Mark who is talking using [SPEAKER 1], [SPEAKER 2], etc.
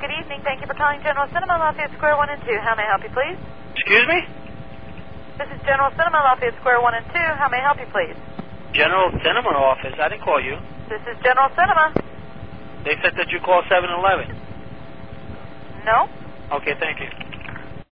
[SPEAKER 1] Good evening. Thank you for calling General Cinema Lafayette Square 1 and 2. How may I help you, please?
[SPEAKER 2] Excuse me?
[SPEAKER 1] This is General Cinema Lafayette Square 1 and 2. How may I help you, please?
[SPEAKER 2] General Cinema office. I didn't call you.
[SPEAKER 1] This is General Cinema.
[SPEAKER 2] They said that you call 7-Eleven.
[SPEAKER 1] No?
[SPEAKER 2] Okay, thank you.